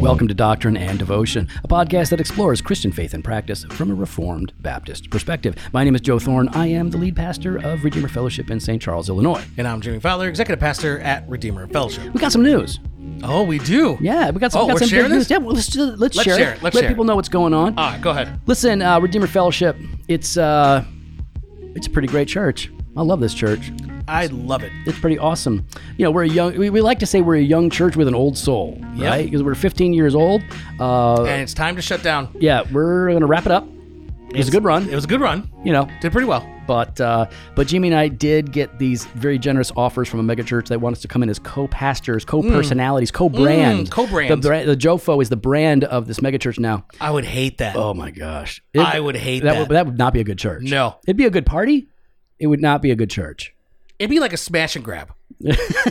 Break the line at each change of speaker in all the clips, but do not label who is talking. Welcome to Doctrine and Devotion, a podcast that explores Christian faith and practice from a Reformed Baptist perspective. My name is Joe Thorne. I am the lead pastor of Redeemer Fellowship in St. Charles, Illinois.
And I'm Jimmy Fowler, executive pastor at Redeemer Fellowship.
We got some news.
Oh, we do.
Yeah, we got some.
Oh,
we got
we're
some
sharing
big news.
this?
Yeah, well, let's, do- let's,
Let's
share,
share
it.
it. Let's
Let
share
people
it.
know what's going on.
All right, Ah, go ahead.
Listen, uh, Redeemer Fellowship. It's uh, it's a pretty great church. I love this church.
I love it.
It's pretty awesome. You know, we're a young. We, we like to say we're a young church with an old soul,
Yep.
right? Because we're 15 years old. Uh,
And it's time to shut down. It
yeah, we're gonna wrap it up. It was a good run,
It was a good run.
you know.
Did pretty well.
But uh, but Jimmy and I did get these very generous offers from a megachurch. They want us to come in as co-pastors, co-personalities, co-brand.
Mm, co-brand.
The, bra- the Jofo is the brand of this megachurch now.
I would hate that.
Oh my gosh, It-
I would hate that.
Would, that would not be a good church.
No.
it'd be a good party. It would not be a good church.
It'd be like a smash and grab,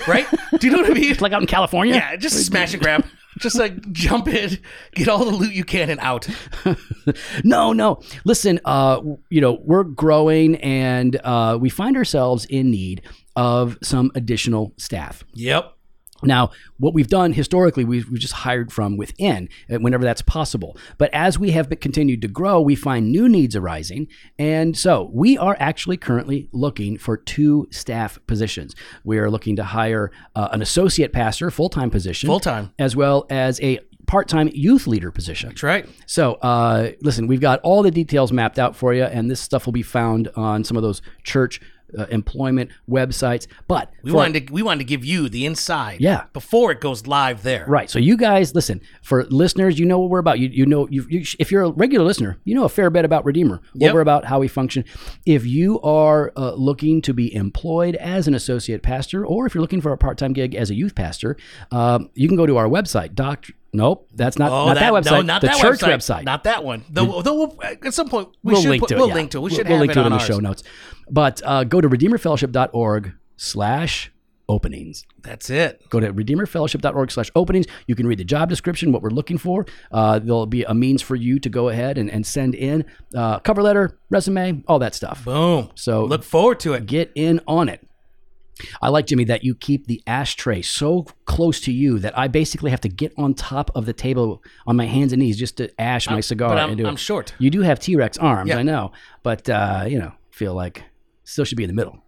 right? Do you know what I mean?
Like out in California.
yeah, just a smash and grab. Just like jump in, get all the loot you can, and out.
no, no. Listen, uh, w- you know, we're growing and uh, we find ourselves in need of some additional staff.
Yep.
Now, what we've done historically, we've, we've just hired from within uh, whenever that's possible. But as we have been- continued to grow, we find new needs arising. And so we are actually currently looking for two staff positions. We are looking to hire uh, an associate pastor, full time position,
Full time.
as well as a part time youth leader position.
That's right.
So, uh, listen, we've got all the details mapped out for you, and this stuff will be found on some of those church uh, employment websites. But
We
for-
wanted to we wanted to give you the inside.
Yeah.
Before it goes live there.
Right. So, you guys, listen, for listeners, you know what we're about. You, you know, you, you, if you're a regular listener, you know a fair bit about Redeemer, what
Yep.
we're about, how we function. If you are uh, looking to be employed as an associate pastor, or if you're looking for a part time gig as a youth pastor, um, you can go to our website, Doctor. Nope, that's not,
Oh,
not that, website.
No, not
the
that
church
website.
website.
Not that one. Though, though we'll, at some point we
we'll
should
link
put,
to it.
we'll
yeah.
link to it. We
We'll-
should
we'll
have
link
it
to it
on
in the
ours.
show notes. But uh, go to redeemerfellowship.org slash openings.
That's it.
Go to redeemerfellowship.org slash openings. You can read the job description, what we're looking for. Uh, there'll be a means for you to go ahead and, and send in uh, cover letter, resume, all that stuff.
Boom.
So-
look forward to it.
Get in on it. I like, Jimmy, that you keep the ashtray so close to you that I basically have to get on top of the table on my hands and knees just to ash my cigar
But I'm,
and do it.
I'm short.
You do have T Rex arms,
Yeah.
I know, but uh, you know, feel like still should be in the middle.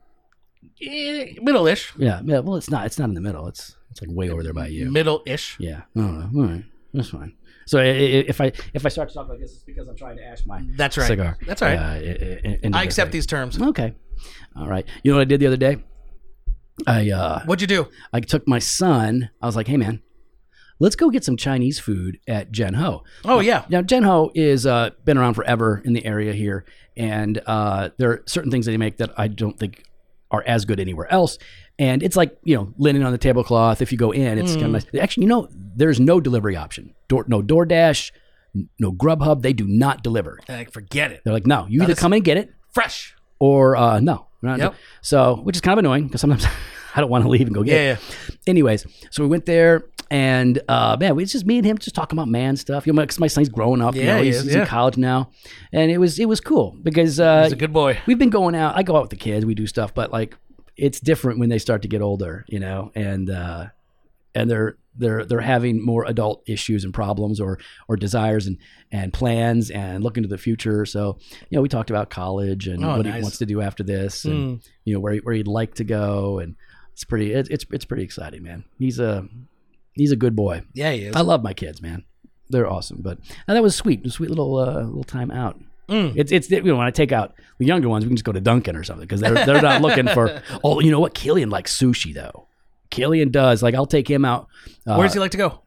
Eh, Middle-ish.
Yeah, yeah. Well, it's not. It's not in the middle. It's it's like way over there by you.
Middle-ish.
Yeah. I don't know. All right, that's fine. So i- i- if I if I start to talk like this, it's because I'm trying to ash my
That's right.
cigar.
That's all right.
Uh, i- i- into
I
the
accept
thing.
these terms.
Okay. All right. You know what I did the other day? I uh,
What'd you do?
I took my son. I was like, hey man, let's go get some Chinese food at Gen Ho.
Oh yeah.
Now, Genho is uh, been around forever in the area here, and uh, there are certain things that they make that I don't think are as good anywhere else. And it's like you know linen on the tablecloth. If you go in, it's kind of nice. Actually, you know, there's no delivery option. Door, no DoorDash, n- no Grubhub. They do not deliver.
Like, forget it.
They're like, no, you either come and get it
Fresh.
or uh, no. We're not-
Yep.
So, which is kind of annoying because sometimes I don't want to leave and go get
Yeah.
it
yeah.
anyways, so we went there and uh, man, we it's just me and him just talking about man stuff. You know, my, 'cause my son's growing up. you
Yeah,
know,
he
he's,
is,
he's in
yeah.
college now, and it was it was cool because uh,
He's a good boy.
we've been going out. I go out with the kids. We do stuff, but like it's different when they start to get older, you know, and uh, and they're they're they're having more adult issues and problems or or desires and and plans and looking to the future. So you know, we talked about college and
Oh,
what he
nice.
wants to do after this, and
Mm.
you know where he- where he'd like to go, and it's pretty it, it's it's pretty exciting, man. He's a he's a good boy.
Yeah, he is.
I love my kids, man. They're awesome, but and that was sweet, a sweet little uh, little time out.
Mm.
It's it's you know when I take out the younger ones, we can just go to Dunkin' or something because they're they're not looking for. Oh, you know what? Killian likes sushi though. Killian does. Like I'll take him out. Uh,
Where does he like to go?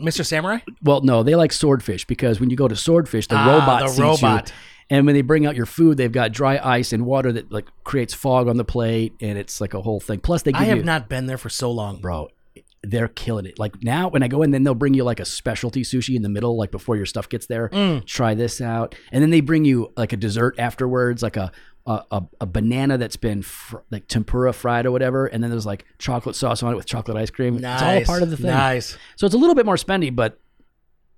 Mr. Samurai?
well, no, they like swordfish because when you go to swordfish, the
Ah,
robot
the
seats you.
robot.
And when they bring out your food, they've got dry ice and water that like creates fog on the plate, and it's like a whole thing. Plus, they give
I have
you,
not been there for so long.
bro, they're killing it. Like now, when I go in, then they'll bring you like a specialty sushi in the middle, like before your stuff gets there.
Mm.
Try this out, and then they bring you like a dessert afterwards, like a a, a, a banana that's been fr- like tempura fried or whatever, and then there's like chocolate sauce on it with chocolate ice cream.
Nice.
It's all a part of the thing.
Nice.
So it's a little bit more spendy, but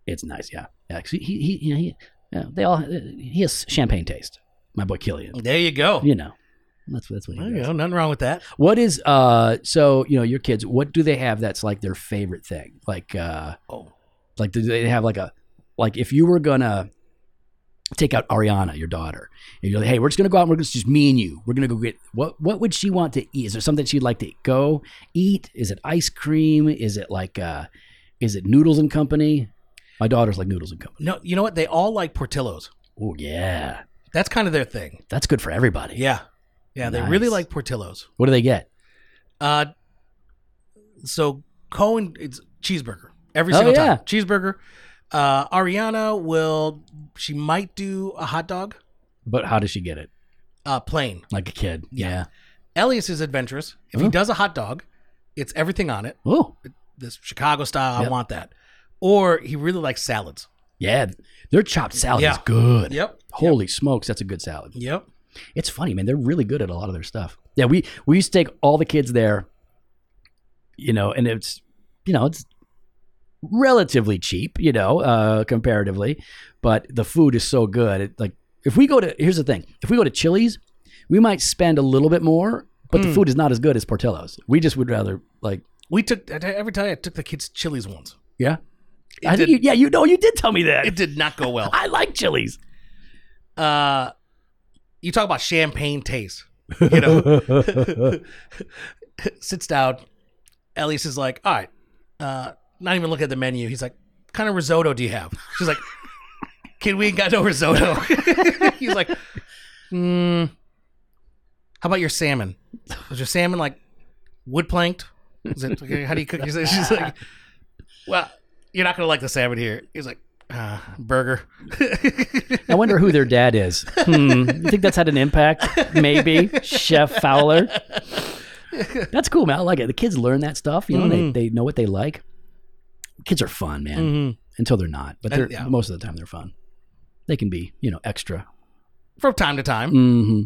it's nice. Yeah, yeah. 'cause He, he, he, he yeah, they all he has champagne taste. My boy Killian,
There you go.
you know, that's that's what he
Oh. There
does.
you go. Nothing wrong with that.
What is uh? So you know, your kids, what do they have that's like their favorite thing? Like uh,
Oh.
Like, do they have like a like if you were gonna take out Ariana, your daughter, and you're like, hey, we're just gonna go out and we're just, just me and you. We're gonna go get what what would she want to eat? Is there something she'd like to go eat? Is it ice cream? Is it like uh is it noodles and company? My daughter's like noodles and company.
No, you know what? They all like Portillo's.
Oh yeah.
That's kind of their thing.
That's good for everybody.
Yeah. Yeah, they
Nice.
really like Portillo's.
What do they get?
Uh, so Cohen, it's cheeseburger every
Oh,
single
yeah.
time. Cheeseburger. Uh, Ariana will. She might do a hot dog,
But how does she get it?
uh, plain.
Like a kid. Yeah.
Elias is adventurous. If
Huh.
he does a hot dog, it's everything on it.
Oh.
This Chicago style. I
Yep.
want that. Or he really likes salads.
Yeah. Their chopped salad is
Yeah.
good.
Yep.
Holy smokes, that's a good salad.
Yep.
It's funny, man. They're really good at a lot of their stuff. Yeah, we we used to take all the kids there, you know, and it's you know it's relatively cheap, you know, uh, comparatively, but the food is so good. It, like if we go to here's the thing, if we go to Chili's, we might spend a little bit more, but the
Mm.
food is not as good as Portillo's. We just would rather like
We took. I every time I took the kids to Chili's once.
yeah.
It
I
did,
think you, yeah, you know, you did tell me that.
it did not go well.
I like Chili's.
Uh, you talk about champagne taste. You know. sits down. Elias is like, all right, uh, not even looking at the menu. He's like, what kind of risotto do you have? She's like, kid, we ain't got no risotto. He's like, hmm, how about your salmon? Is your salmon like wood planked? Is it, how do you cook your salmon? She's like, well, you're not going to like the salmon here. He's like, uh, burger.
I wonder who their dad is. Hmm. You think that's had an impact? Maybe Chef Fowler. That's cool, man. I like it. The kids learn that stuff. You know,
Mhm.
they, they know what they like. Kids are fun, man.
Mm-hmm.
Until they're not, but
Uh,
they're
Mm. yeah.
most of the time they're fun. They can be, you know, extra.
From time to time
hmm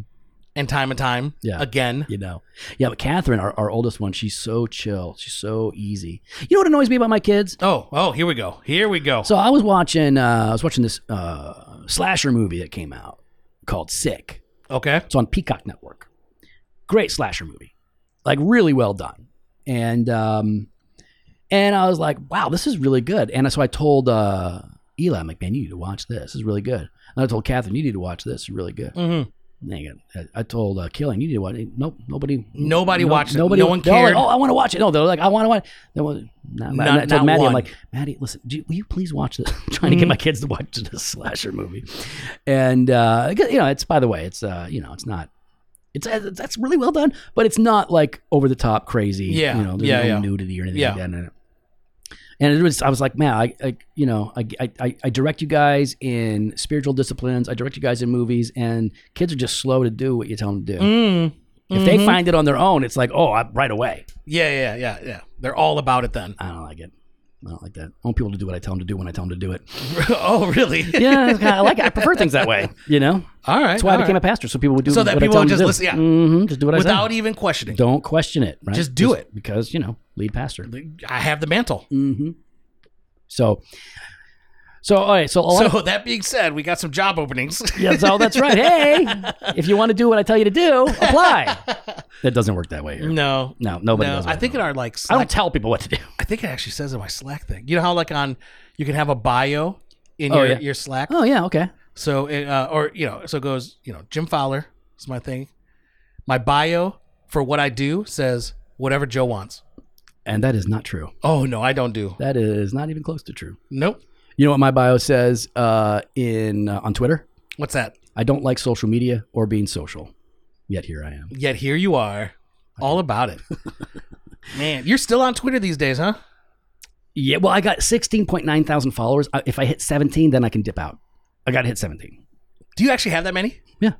and time and time
Yeah.
again.
You know, yeah. But Catherine, our, our oldest one, she's so chill. She's so easy. You know what annoys me about my kids?
Oh, oh, here we go. Here we go.
So I was watching, uh, I was watching this uh, slasher movie that came out called Sick.
okay.
It's on Peacock Network. Great slasher movie, like really well done. And um, and I was like, wow, this is really good. And so I told uh, Eli, I'm like, man, you need to watch this. This is really good. And I told Catherine, you need to watch this. It's really good.
Mm-hmm.
Dang it. I I told uh, Killing, you need to watch it. Nope, nobody.
Nobody
no-
watched it. No one
they're all like,
cared.
oh, I want to watch it. No, they're like, I want to watch. it. There was not,
Not-
and I told
not
Maddie, I'm
one. Mm-hmm.
like, Maddie, listen, do you, will you please watch this? I'm trying to get my kids to watch this slasher movie, and uh, you know, it's by the way, it's uh, you know, it's not. It's, it's that's really well done, but it's not like over the top crazy.
Yeah,
you know, there's
yeah,
no
yeah.
nudity or anything
Yeah.
like that in it. And it was, I was like, man, I, I you know, I, I- I, I direct you guys in spiritual disciplines. I direct you guys in movies, and kids are just slow to do what you tell them to do.
Mm.
If they find it on their own, it's like, oh, I, right away.
Yeah, yeah, yeah, yeah. They're all about it then.
I don't like it. I don't like that. I want people to do what I tell them to do when I tell them to do it.
oh, really?
Yeah, it's kinda- I like it. I prefer things that way. You know,
All right.
that's why I became a pastor, so people would do
So that
what I
people
tell
would
them to
just
do.
listen,
hmm just do what I
Without
say.
even questioning.
Don't question it. Right?
Just do it.
because you know, lead pastor.
I have the mantle.
hmm So, so all right. So, a lot
So
of,
that being said, we got some job openings.
yeah, so that's right. Hey, if you want to do what I tell you to do, apply. that doesn't work that way here.
no.
No, nobody
No,
does. it
I
that
think
way.
in our like
I don't
Slack,
tell people what to do.
I, think it actually says in my Slack thing. You know how like on you can have a bio in
Oh,
your,
yeah.
your Slack.
Oh yeah, okay.
So it, uh, or you know, so it goes. You know, Jim Fowler is my thing. My bio for what I do says whatever Joe wants.
And that is not true.
Oh no, I don't do.
That is not even close to true.
Nope.
You know what my bio says uh, in uh, on Twitter?
What's that?
I don't like social media or being social. Yet here I am.
Yet here you are, all about it. Man, you're still on Twitter these days, huh?
Yeah, well, I got sixteen point nine thousand followers. I, if I hit seventeen, then I can dip out. I got to hit seventeen.
Do you actually have that many?
Yeah.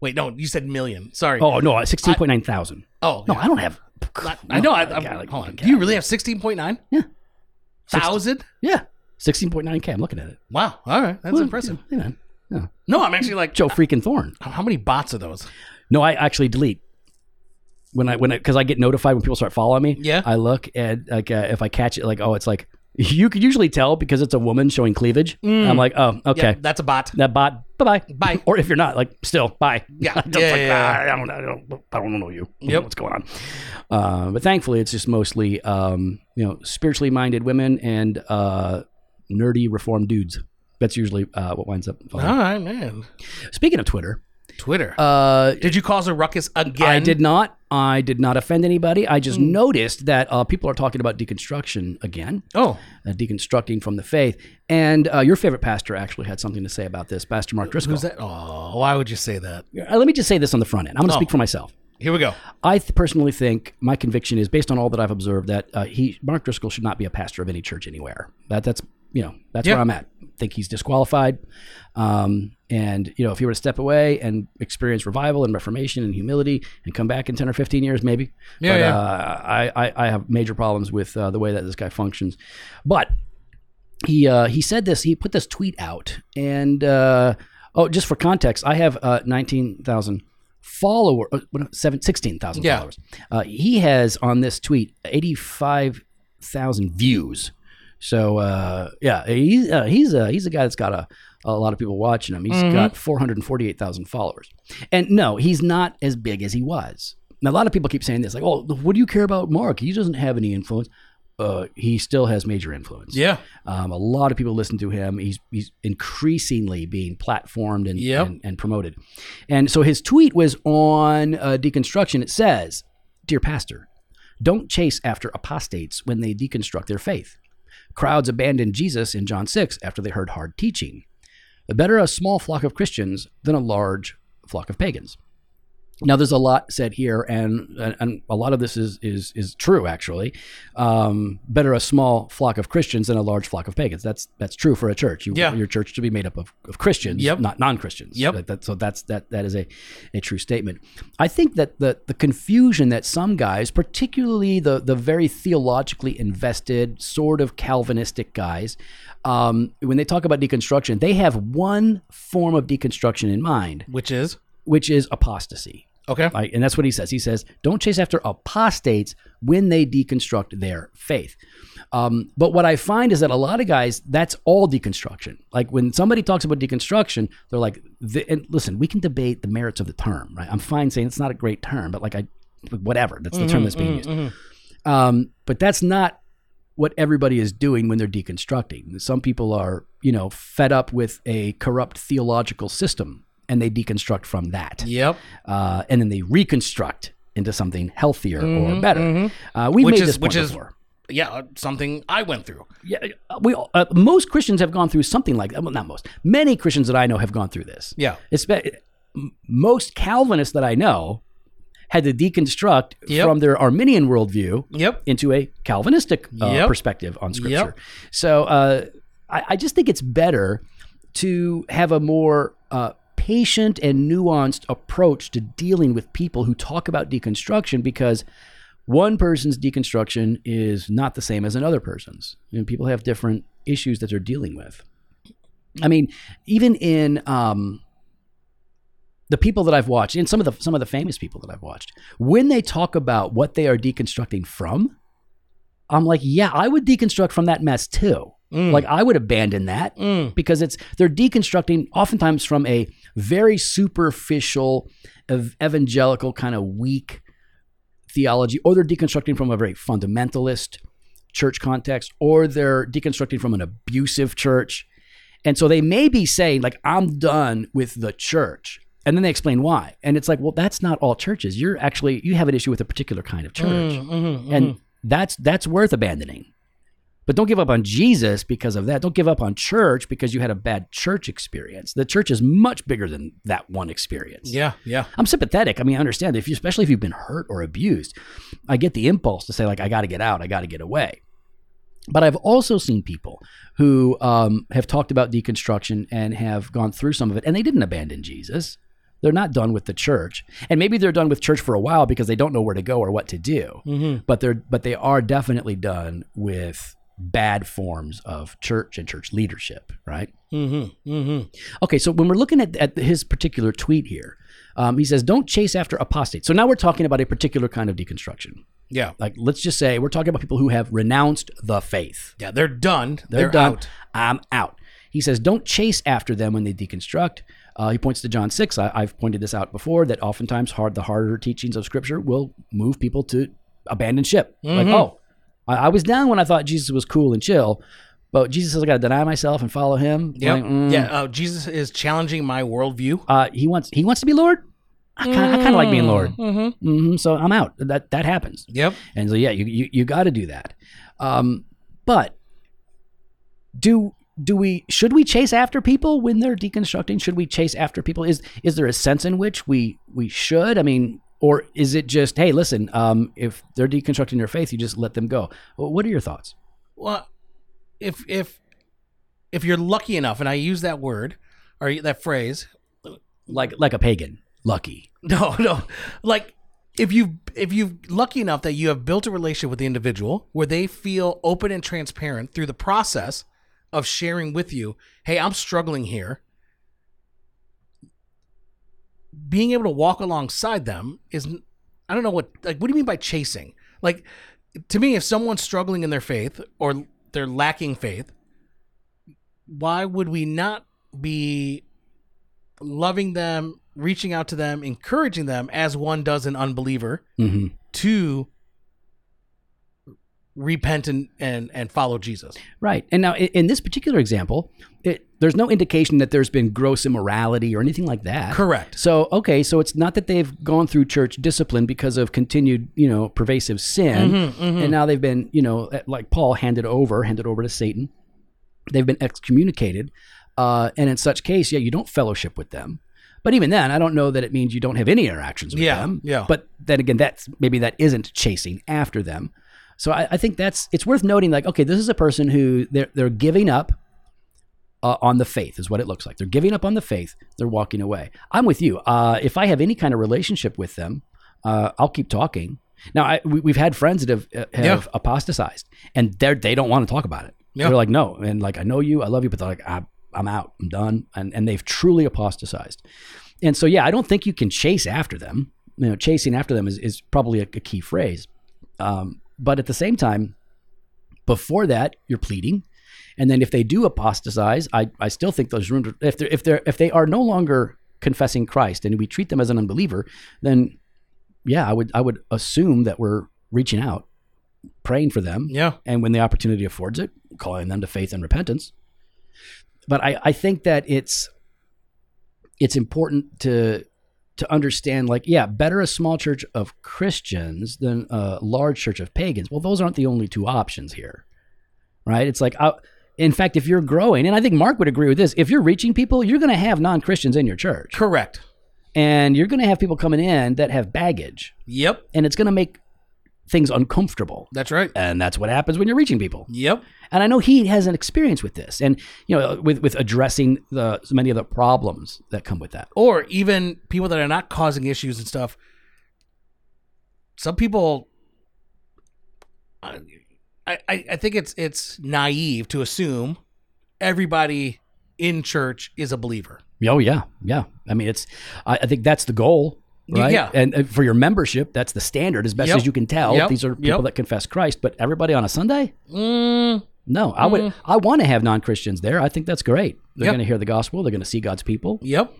Wait, no, you said million. Sorry.
Oh no, sixteen point nine thousand.
oh
No, I don't have.
I know. I, I'm,
God, like,
hold on.
God.
Do you really have sixteen point nine?
Yeah.
Thousand?
Yeah, sixteen point nine k. I'm looking at it.
Wow. All right, that's
Well,
impressive.
Yeah, man. Yeah.
No, I'm actually like,
Joe freaking Thorne.
how many bots are those?
No, I actually delete when I when I because I get notified when people start following me.
Yeah.
I look and like uh, if I catch it, like oh, it's like you could usually tell because it's a woman showing cleavage.
Mm.
I'm like, oh, okay,
Yeah, that's a bot.
that bot. Bye bye.
Bye.
Or if you're not, like, still bye.
Yeah.
Just
Yeah,
like,
yeah,
"Ah, I, don't, I don't, I don't know you. I don't know
Yep.
what's going on? Uh, but thankfully, it's just mostly, um, you know, spiritually minded women and uh, nerdy reformed dudes. That's usually uh, what winds up.
All
Following.
right, man.
Speaking of Twitter,
Twitter.
uh,
did you cause a ruckus again?
I did not. I did not offend anybody. I just
Hmm.
noticed that uh, people are talking about deconstruction again,
Oh,
uh, deconstructing from the faith. And uh, your favorite pastor actually had something to say about this, Pastor Mark Driscoll.
who's that? Oh, why would you say that?
Uh, Let me just say this on the front end. I'm going to
Oh.
speak for myself.
Here we go.
I th- personally think my conviction is based on all that I've observed that uh, he Mark Driscoll should not be a pastor of any church anywhere. That that's you know that's
Yeah.
where I'm at. I think he's disqualified. Um, and you know if he were to step away and experience revival and reformation and humility and come back in ten or fifteen years maybe.
Yeah,
but,
yeah.
Uh, I, I I have major problems with uh, the way that this guy functions, but he uh, he said this. He put this tweet out, and uh, oh, just for context, I have uh, nineteen thousand follower, uh, what- seven- 16,000
Yeah.
followers. Uh, he has on this tweet eighty five thousand views. So uh, yeah, he, uh, he's a he's a guy that's got a, a lot of people watching him. He's got four hundred forty eight thousand followers, and no, he's not as big as he was. Now a lot of people keep saying this, like, "Oh, what do you care about Mark? He doesn't have any influence." Uh, he still has major influence.
Yeah.
Um, a lot of people listen to him. He's he's increasingly being platformed and,
Yep.
and and promoted. And so his tweet was on uh, deconstruction. It says, "Dear pastor, don't chase after apostates when they deconstruct their faith. Crowds abandoned Jesus in John 6 after they heard hard teaching. Better a small flock of Christians than a large flock of pagans." Now, there's a lot said here, and and- and a lot of this is is is true actually. Um, better a small flock of Christians than a large flock of pagans. That's that's true for a church. You
Yeah.
want your church to be made up of, of Christians,
Yep.
not non Christians.
Yep.
That- that- so that's that that is a, a true statement. I think that the the confusion that some guys, particularly the the very theologically invested, sort of Calvinistic guys, um, when they talk about deconstruction, they have one form of deconstruction in mind,
Which is
which is apostasy.
okay.
Like, and that's what he says. He says, don't chase after apostates when they deconstruct their faith. Um, but what I find is that a lot of guys, that's all deconstruction. Like when somebody talks about deconstruction, they're like, the, and listen, we can debate the merits of the term, right? I'm fine saying it's not a great term, but like, I, whatever, that's the term that's being used. Um, but that's not what everybody is doing when they're deconstructing. Some people are, you know, fed up with a corrupt theological system and they deconstruct from that
Yep.
uh, and then they reconstruct into something healthier or better. Uh, we
Mm-hmm, Which
made
is-
this point
which is-
before.
Yeah. uh, Something I went through.
Yeah, uh, we all- uh, most Christians have gone through something like that. Well, not most. Many Christians that I know have gone through this.
Yeah.
It's be- m- most Calvinists that I know had to deconstruct
Yep.
from their Arminian worldview
Yep.
into a Calvinistic uh,
Yep.
perspective on Scripture. So uh, I, I just think it's better to have a more uh, patient and nuanced approach to dealing with people who talk about deconstruction because one person's deconstruction is not the same as another person's. You know, people have different issues that they're dealing with. I mean, even in um, the people that I've watched, and some of the some of the famous people that I've watched, when they talk about what they are deconstructing from, I'm like, yeah, I would deconstruct from that mess too.
Mm.
Like I would abandon that
Mm.
because it's they're deconstructing oftentimes from a very superficial ev- evangelical kind of weak theology or they're deconstructing from a very fundamentalist church context or they're deconstructing from an abusive church and so they may be saying like i'm done with the church and then they explain why and it's like well that's not all churches you're actually you have an issue with a particular kind of church
Mm, mhm, mhm.
Mm-hmm. and that's that's worth abandoning but don't give up on jesus because of that don't give up on church because you had a bad church experience the church is much bigger than that one experience
yeah. Yeah.
i'm sympathetic i mean i understand if you especially if you've been hurt or abused i get the impulse to say like i got to get out i got to get away but I've also seen people who um, have talked about deconstruction and have gone through some of it, and they didn't abandon Jesus. They're not done with the church, and maybe they're done with church for a while because they don't know where to go or what to do. But they're but they are definitely done with bad forms of church and church leadership, right?
Mm-hmm. Mm-hmm.
Okay, so when we're looking at, at his particular tweet here, um, he says, "Don't chase after apostates." So now we're talking about a particular kind of deconstruction.
Yeah.
Like, let's just say we're talking about people who have renounced the faith.
Yeah. They're done. They're,
They're, done.
out.
I'm out. He says, don't chase after them when they deconstruct. Uh, he points to John 6. I, I've pointed this out before that oftentimes hard, the harder teachings of Scripture will move
Mm-hmm.
people to abandon ship. Like, oh, I, I was down when I thought Jesus was cool and chill, But Jesus says I got to deny myself and follow him.
Yep.
Like, mm,
Yeah. Uh, Jesus is challenging my worldview.
Uh, he wants he wants to be Lord. I kind of I kind of like being Lord.
Mm-hmm.
hmm so I'm out. That that happens.
Yep.
And so yeah, you you, you got to do that. Um, but do do we should we chase after people when they're deconstructing? Should we chase after people? Is is there a sense in which we we should? I mean, or is it just hey, listen, um, if they're deconstructing your faith, you just let them go. Well, what are your thoughts?
Well, if if if you're lucky enough, and I use that word or that phrase,
Like like a pagan, lucky.
No, no. Like if you if you lucky enough that you have built a relationship with the individual where they feel open and transparent through the process of sharing with you, "Hey, I'm struggling here." Being able to walk alongside them is I don't know what like what do you mean by chasing? Like to me if someone's struggling in their faith or they're lacking faith, why would we not be loving them, reaching out to them, encouraging them as one does an unbeliever
hmm
to repent and and, and follow Jesus.
Right. And now, in, in this particular example, it, there's no indication that there's been gross immorality or anything like that.
Correct.
So, okay, so it's not that they've gone through church discipline because of continued, you know, pervasive
Mm-hmm,
sin. And now they've been, you know, eh, like Paul handed over, handed over to Satan. They've been excommunicated. Uh, and in such case, yeah, you don't fellowship with them. But even then, I don't know that it means you don't have any interactions with
Yeah,
them.
yeah.
But then again, that's maybe that isn't chasing after them. So I, I think that's it's worth noting. Like, okay, this is a person who they're they're giving up uh, on the faith is what it looks like. They're giving up on the faith. They're walking away. I'm with you. Uh, if I have any kind of relationship with them, uh, I'll keep talking. Now I, we, we've had friends that have, uh, have
Yeah.
apostatized, and they are they don't want to talk about it.
Yeah.
They're like, no, and like I know you, I love you, but they're like, I, I'm out, I'm done, and and they've truly apostatized. And so yeah, I don't think you can chase after them. You know, chasing after them is is probably a, a key phrase. Um, but at the same time, before that, you're pleading. And then if they do apostatize, I, I still think there's room to if they're if they're if they are no longer confessing Christ and we treat them as an unbeliever, then yeah, I would I would assume that we're reaching out, praying for them,
Yeah.
and when the opportunity affords it, calling them to faith and repentance. But I, I think that it's it's important to to understand like yeah better a small church of christians than a large church of pagans well those aren't the only two options here right it's like I, in fact if you're growing and i think mark would agree with this if you're reaching people you're going to have non-christians in your church
Correct.
and you're going to have people coming in that have baggage
Yep.
and it's going to make things uncomfortable
That's right.
and that's what happens when you're reaching people
Yep.
and I know he has an experience with this, and you know, with with addressing the so many of the problems that come with that.
Or even people that are not causing issues and stuff. Some people I I, I think it's it's naive to assume everybody in church is a believer.
Oh yeah, yeah. I mean, it's I, I think that's the goal,
Y-
right?
yeah.
And uh, for your membership, that's the standard as best
Yep.
as you can tell.
Yep.
These are people
Yep.
that confess Christ, but everybody on a Sunday.
Mm,
No, I would.
Mm.
I want to have non Christians there. I think that's great. They're
Yep.
going to hear the gospel. They're going to see God's people.
Yep.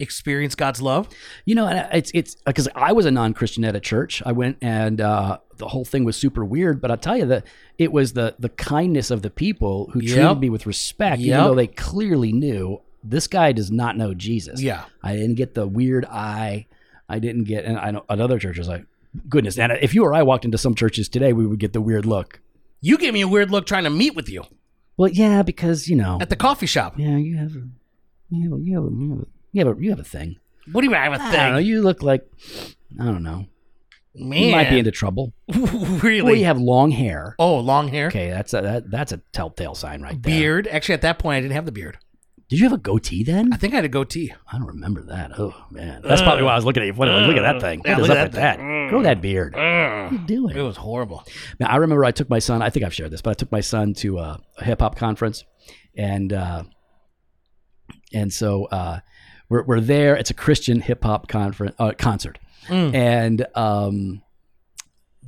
Experience God's love.
You know, and I- it's it's because I was a non Christian at a church. I went and uh, the whole thing was super weird. But I'll tell you that it was the the kindness of the people who
Yep.
treated me with respect,
Yep.
even though they clearly knew this guy does not know Jesus.
Yeah.
I didn't get the weird eye. I didn't get, and I know at other churches, like goodness. And if you or I walked into some churches today, we would get the weird look.
You gave me a weird look trying to meet with you
Well, yeah, because you know,
at the coffee shop.
yeah, you have a, you have a, you have a, you have a, you have a, you have a thing.
What do you mean I have a
I don't know.
thing?
You look like, I don't know.
Man.
You might be into trouble. Or
really.
you have long hair.
oh, long hair,
Okay, that's a that, that's a telltale sign right there.
beard. Actually, at that point, I didn't have the beard.
Did you have a goatee then?
I think I had a goatee.
I don't remember that. Oh man, that's probably why I was looking at you. What, look at that thing. What
Yeah,
is
look
up
at
with
that
that? Grow that beard. What are
Ugh.
you doing?
It was horrible.
Now, I remember I took my son. I think I've shared this, but I took my son to a, a hip hop conference, and uh, and so uh, we're we're there. It's a Christian hip hop conference uh, concert,
Mm.
and um,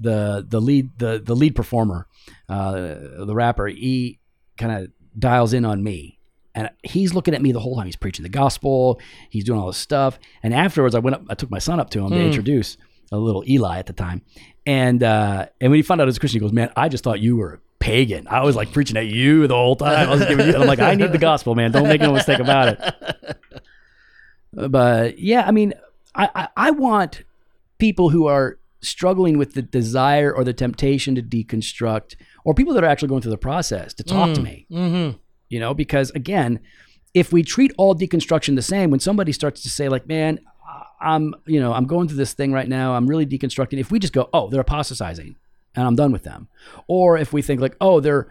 the the lead the the lead performer, uh, the rapper, he kind of dials in on me. And he's looking at me the whole time. He's preaching the gospel. He's doing all this stuff. And afterwards, I went up. I took my son up to him to
Hmm.
introduce a little Eli at the time. And uh, and when he found out it was a Christian, he goes, "Man, I just thought you were pagan. I was like preaching at you the whole time. I was giving you, I'm like, I need the gospel, man. Don't make no mistake about it. But yeah, I mean, I, I, I want people who are struggling with the desire or the temptation to deconstruct, or people that are actually going through the process to talk to me,
Mm-hmm.
you know, because again, if we treat all deconstruction the same, when somebody starts to say, like, man, I- I'm, you know, I'm going through this thing right now, I'm really deconstructing, if we just go, oh, they're apostatizing and I'm done with them. Or if we think like, oh, they're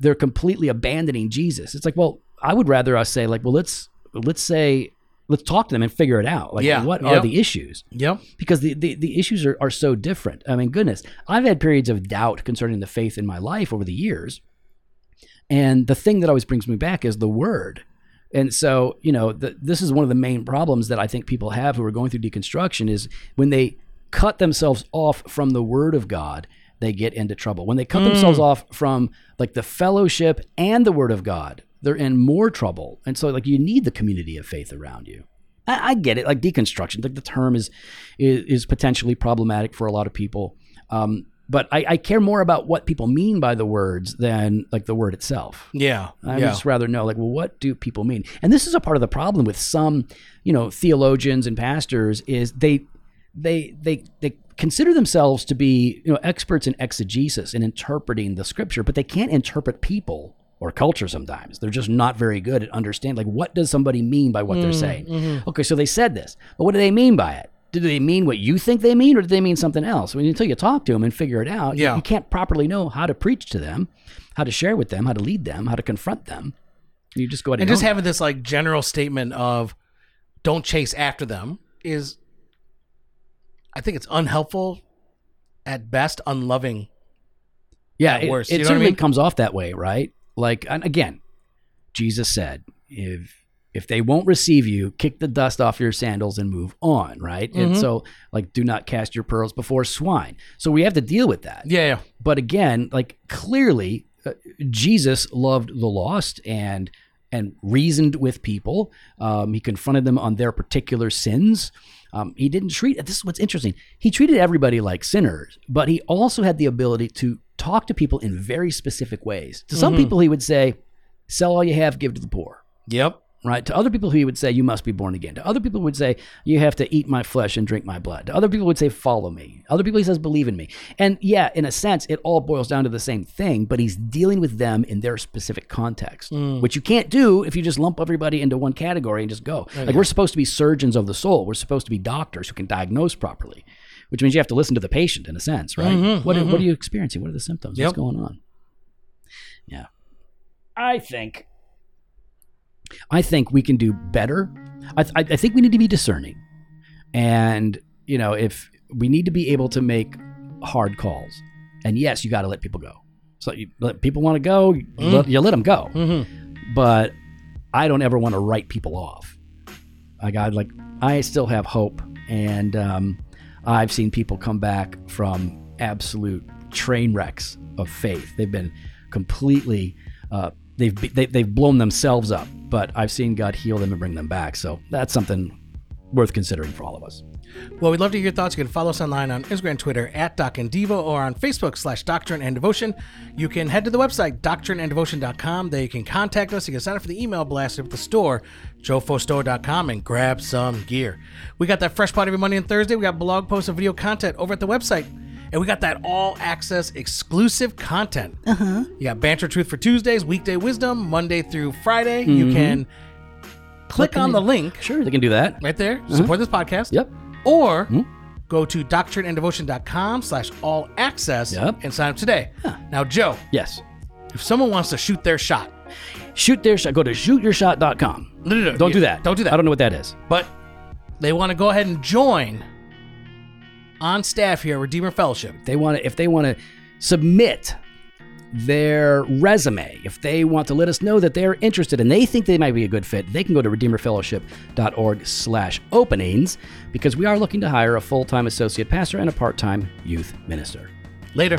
they're completely abandoning Jesus. It's like, well, I would rather us say, like, well, let's let's say let's talk to them and figure it out. Like
Yeah.
what
Yeah.
are the issues?
Yep.
because the, the, the issues are, are so different. I mean, goodness, I've had periods of doubt concerning the faith in my life over the years. And the thing that always brings me back is the word. And so, you know, the, this is one of the main problems that I think people have who are going through deconstruction is when they cut themselves off from the word of God, they get into trouble. When they cut themselves off from like the fellowship and the word of God, they're in more trouble. And so, like, you need the community of faith around you. I, I get it. Like deconstruction, like the term is, is is potentially problematic for a lot of people. Um, but I, I care more about what people mean by the words than like the word itself.
Yeah.
I would
yeah.
just rather know, like, well, what do people mean? And this is a part of the problem with some, you know, theologians and pastors is they, they, they, they consider themselves to be, you know, experts in exegesis and interpreting the scripture, but they can't interpret people or culture sometimes. They're just not very good at understanding, like, what does somebody mean by what they're
Mm-hmm. Hmm.
saying? Okay, so they said this, but what do they mean by it? Do they mean what you think they mean, or do they mean something else? I mean, until you talk to them and figure it out, you-
Yeah.
you can't properly know how to preach to them, how to share with them, how to lead them, how to confront them. You just go ahead and,
and just
own
having this like general statement of don't chase after them is i think it's unhelpful at best unloving
it. yeah,
at
it,
worst,
it
you know what I
certainly
mean?
comes off that way, right? Like, and again, Jesus said, if if they won't receive you, kick the dust off your sandals and move on, right? And
Mhm.
so, like, do not cast your pearls before swine. So we have to deal with that.
yeah yeah
but again like clearly uh, jesus loved the lost and and reasoned with people um, he confronted them on their particular sins um, he didn't treat this is what's interesting he treated everybody like sinners but he also had the ability to talk to people in very specific ways to some
Mhm.
people he would say sell all you have give to the poor
yep
right? To other people, he would say, You must be born again. To other people, he would say, You have to eat my flesh and drink my blood. To other people, he would say, Follow me. Other people, he says, Believe in me. And yeah, in a sense, it all boils down to the same thing, but he's dealing with them in their specific context, which you can't do if you just lump everybody into one category and just go. Like, we're supposed to be surgeons of the soul, we're supposed to be doctors who can diagnose properly. Which means you have to listen to the patient in a sense, right? what, are, what are you experiencing? What are the symptoms?
Yep.
What's going on? Yeah. I think I think we can do better. I, th- I I think we need to be discerning. And, you know, if we need to be able to make hard calls. And yes, you got to let people go. So you let people want to go, you let, you let them go.
mm-hmm.
But I don't ever want to write people off. I got like, I still have hope. And um, I've seen people come back from absolute train wrecks of faith. They've been completely, uh, they've, be- they, they've blown themselves up, but I've seen God heal them and bring them back. So that's something worth considering for all of us.
well we'd love to hear your thoughts you can follow us online on instagram twitter at doc and devo or on facebook slash doctrine and devotion you can head to the website doctrineanddevotion.com there you can contact us you can sign up for the email blast at the store jofostore.com and grab some gear we got that fresh pot every monday and thursday we got blog posts and video content over at the website And we got that all access exclusive content. Uh-huh. You got Banter Truth for Tuesdays, Weekday Wisdom, Monday through Friday. You can Mm-hmm. click on Uh-huh. the link
Sure, they can do that.
right there, support this podcast.
Yep.
Or
Hmm?
go to doctrineanddevotion.com slash all access
Yep.
and sign up today. Now, Joe,
Yes.
if someone wants to shoot their shot,
Shoot their shot. Go to shootyourshot.com.
no, no, no,
Don't
you-
do that.
Don't do that.
I don't know what that is.
but they want to go ahead and join on staff here at Redeemer Fellowship.
They want to if they want to submit their resume, if they want to let us know that they're interested and they think they might be a good fit, they can go to redeemerfellowship.org slash openings because we are looking to hire a full-time associate pastor and a part-time youth minister.
Later.